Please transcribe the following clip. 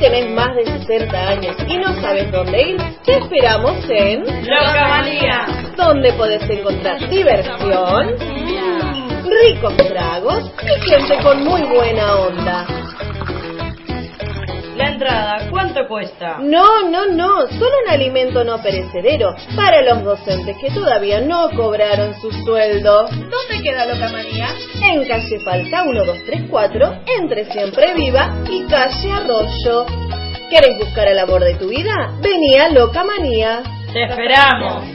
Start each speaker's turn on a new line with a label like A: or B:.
A: tenés más de 60 años y no sabes dónde ir, te esperamos en
B: Locamanía.
A: donde podés encontrar diversión, ricos tragos y gente con muy buena onda.
B: La entrada, ¿cuánto cuesta?
A: No, no, no, solo un alimento no perecedero para los docentes que todavía no cobraron su sueldo.
C: ¿Dónde queda Locamanía?
A: En calle Falta 1234, entre Siempre Viva y calle Arroyo. ¿Querés buscar el amor de tu vida? Vení a Locamanía.
B: Te esperamos.